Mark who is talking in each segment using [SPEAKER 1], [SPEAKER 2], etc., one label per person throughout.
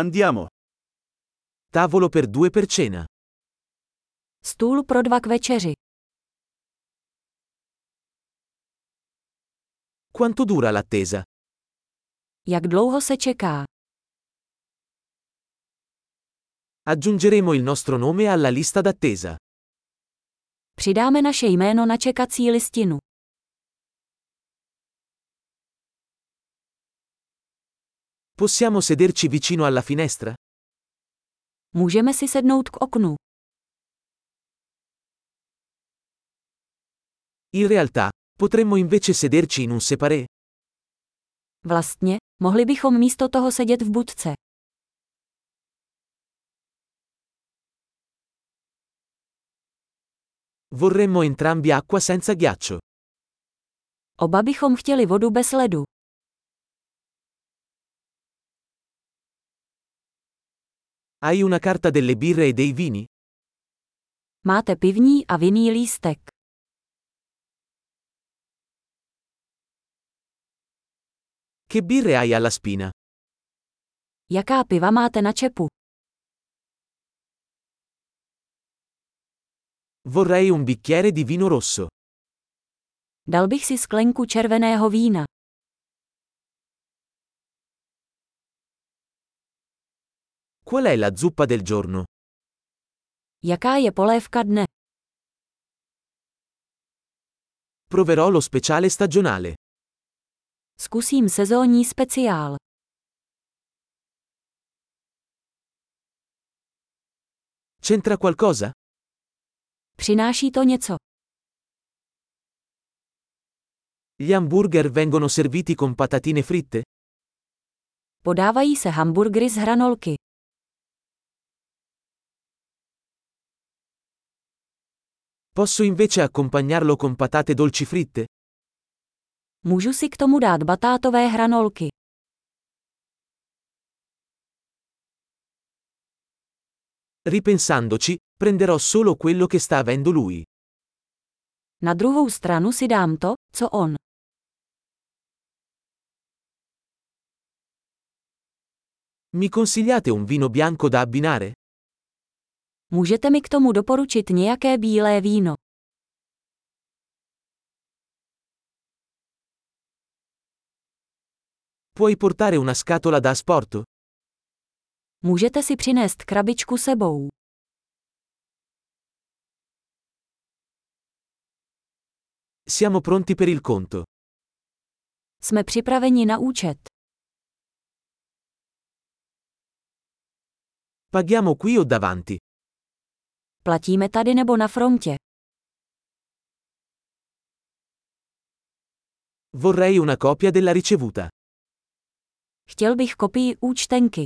[SPEAKER 1] Andiamo. Tavolo per due per cena.
[SPEAKER 2] Stůl pro dva k večeři.
[SPEAKER 1] Quanto dura l'attesa?
[SPEAKER 2] Jak dlouho se čeká?
[SPEAKER 1] Aggiungeremo il nostro nome alla lista d'attesa.
[SPEAKER 2] Přidáme naše jméno na čekací listinu.
[SPEAKER 1] Possiamo sederci vicino alla finestra?
[SPEAKER 2] Můžeme si sednout k oknu.
[SPEAKER 1] In realtà, potremmo invece sederci in un separé.
[SPEAKER 2] Vlastně, mohli bychom místo toho sedět v budce.
[SPEAKER 1] Vorremmo entrambi acqua senza ghiaccio.
[SPEAKER 2] Oba bychom chtěli vodu bez ledu.
[SPEAKER 1] Hai una carta delle birre e dei vini?
[SPEAKER 2] Máte pivní a vinný lístek.
[SPEAKER 1] Che birre hai alla spina?
[SPEAKER 2] Jaká piva máte na čepu?
[SPEAKER 1] Vorrei un bicchiere di vino rosso.
[SPEAKER 2] Dal bych si sklenku červeného vína.
[SPEAKER 1] Qual è la zuppa del giorno?
[SPEAKER 2] Jaká je polévka dne?
[SPEAKER 1] Proverò lo speciale stagionale.
[SPEAKER 2] Zkusím sezónní speciál.
[SPEAKER 1] C'entra qualcosa?
[SPEAKER 2] Přináší to něco.
[SPEAKER 1] Gli hamburger vengono serviti con patatine fritte?
[SPEAKER 2] Podávají se hamburgery z hranolky.
[SPEAKER 1] Posso invece accompagnarlo con patate dolci fritte?
[SPEAKER 2] Můžu si k tomu dát batátové hranolky.
[SPEAKER 1] Ripensandoci, prenderò solo quello che sta avendo lui.
[SPEAKER 2] Na druhou stranu si dám to, co on.
[SPEAKER 1] Mi consigliate un vino bianco da abbinare?
[SPEAKER 2] Můžete mi k tomu doporučit nějaké bílé víno.
[SPEAKER 1] Puoi portare una scatola da asporto?
[SPEAKER 2] Můžete si přinést krabičku sebou.
[SPEAKER 1] Siamo pronti per il conto.
[SPEAKER 2] Jsme připraveni na účet.
[SPEAKER 1] Paghiamo qui o davanti?
[SPEAKER 2] Platíme tady nebo na frontě.
[SPEAKER 1] Vorrei una copia della ricevuta.
[SPEAKER 2] Chtěl bych kopii účtenky.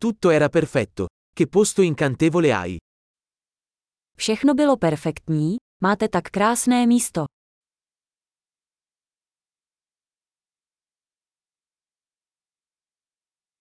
[SPEAKER 1] Tutto era perfetto. Che posto incantevole hai!
[SPEAKER 2] Všechno bylo perfektní, máte tak krásné místo.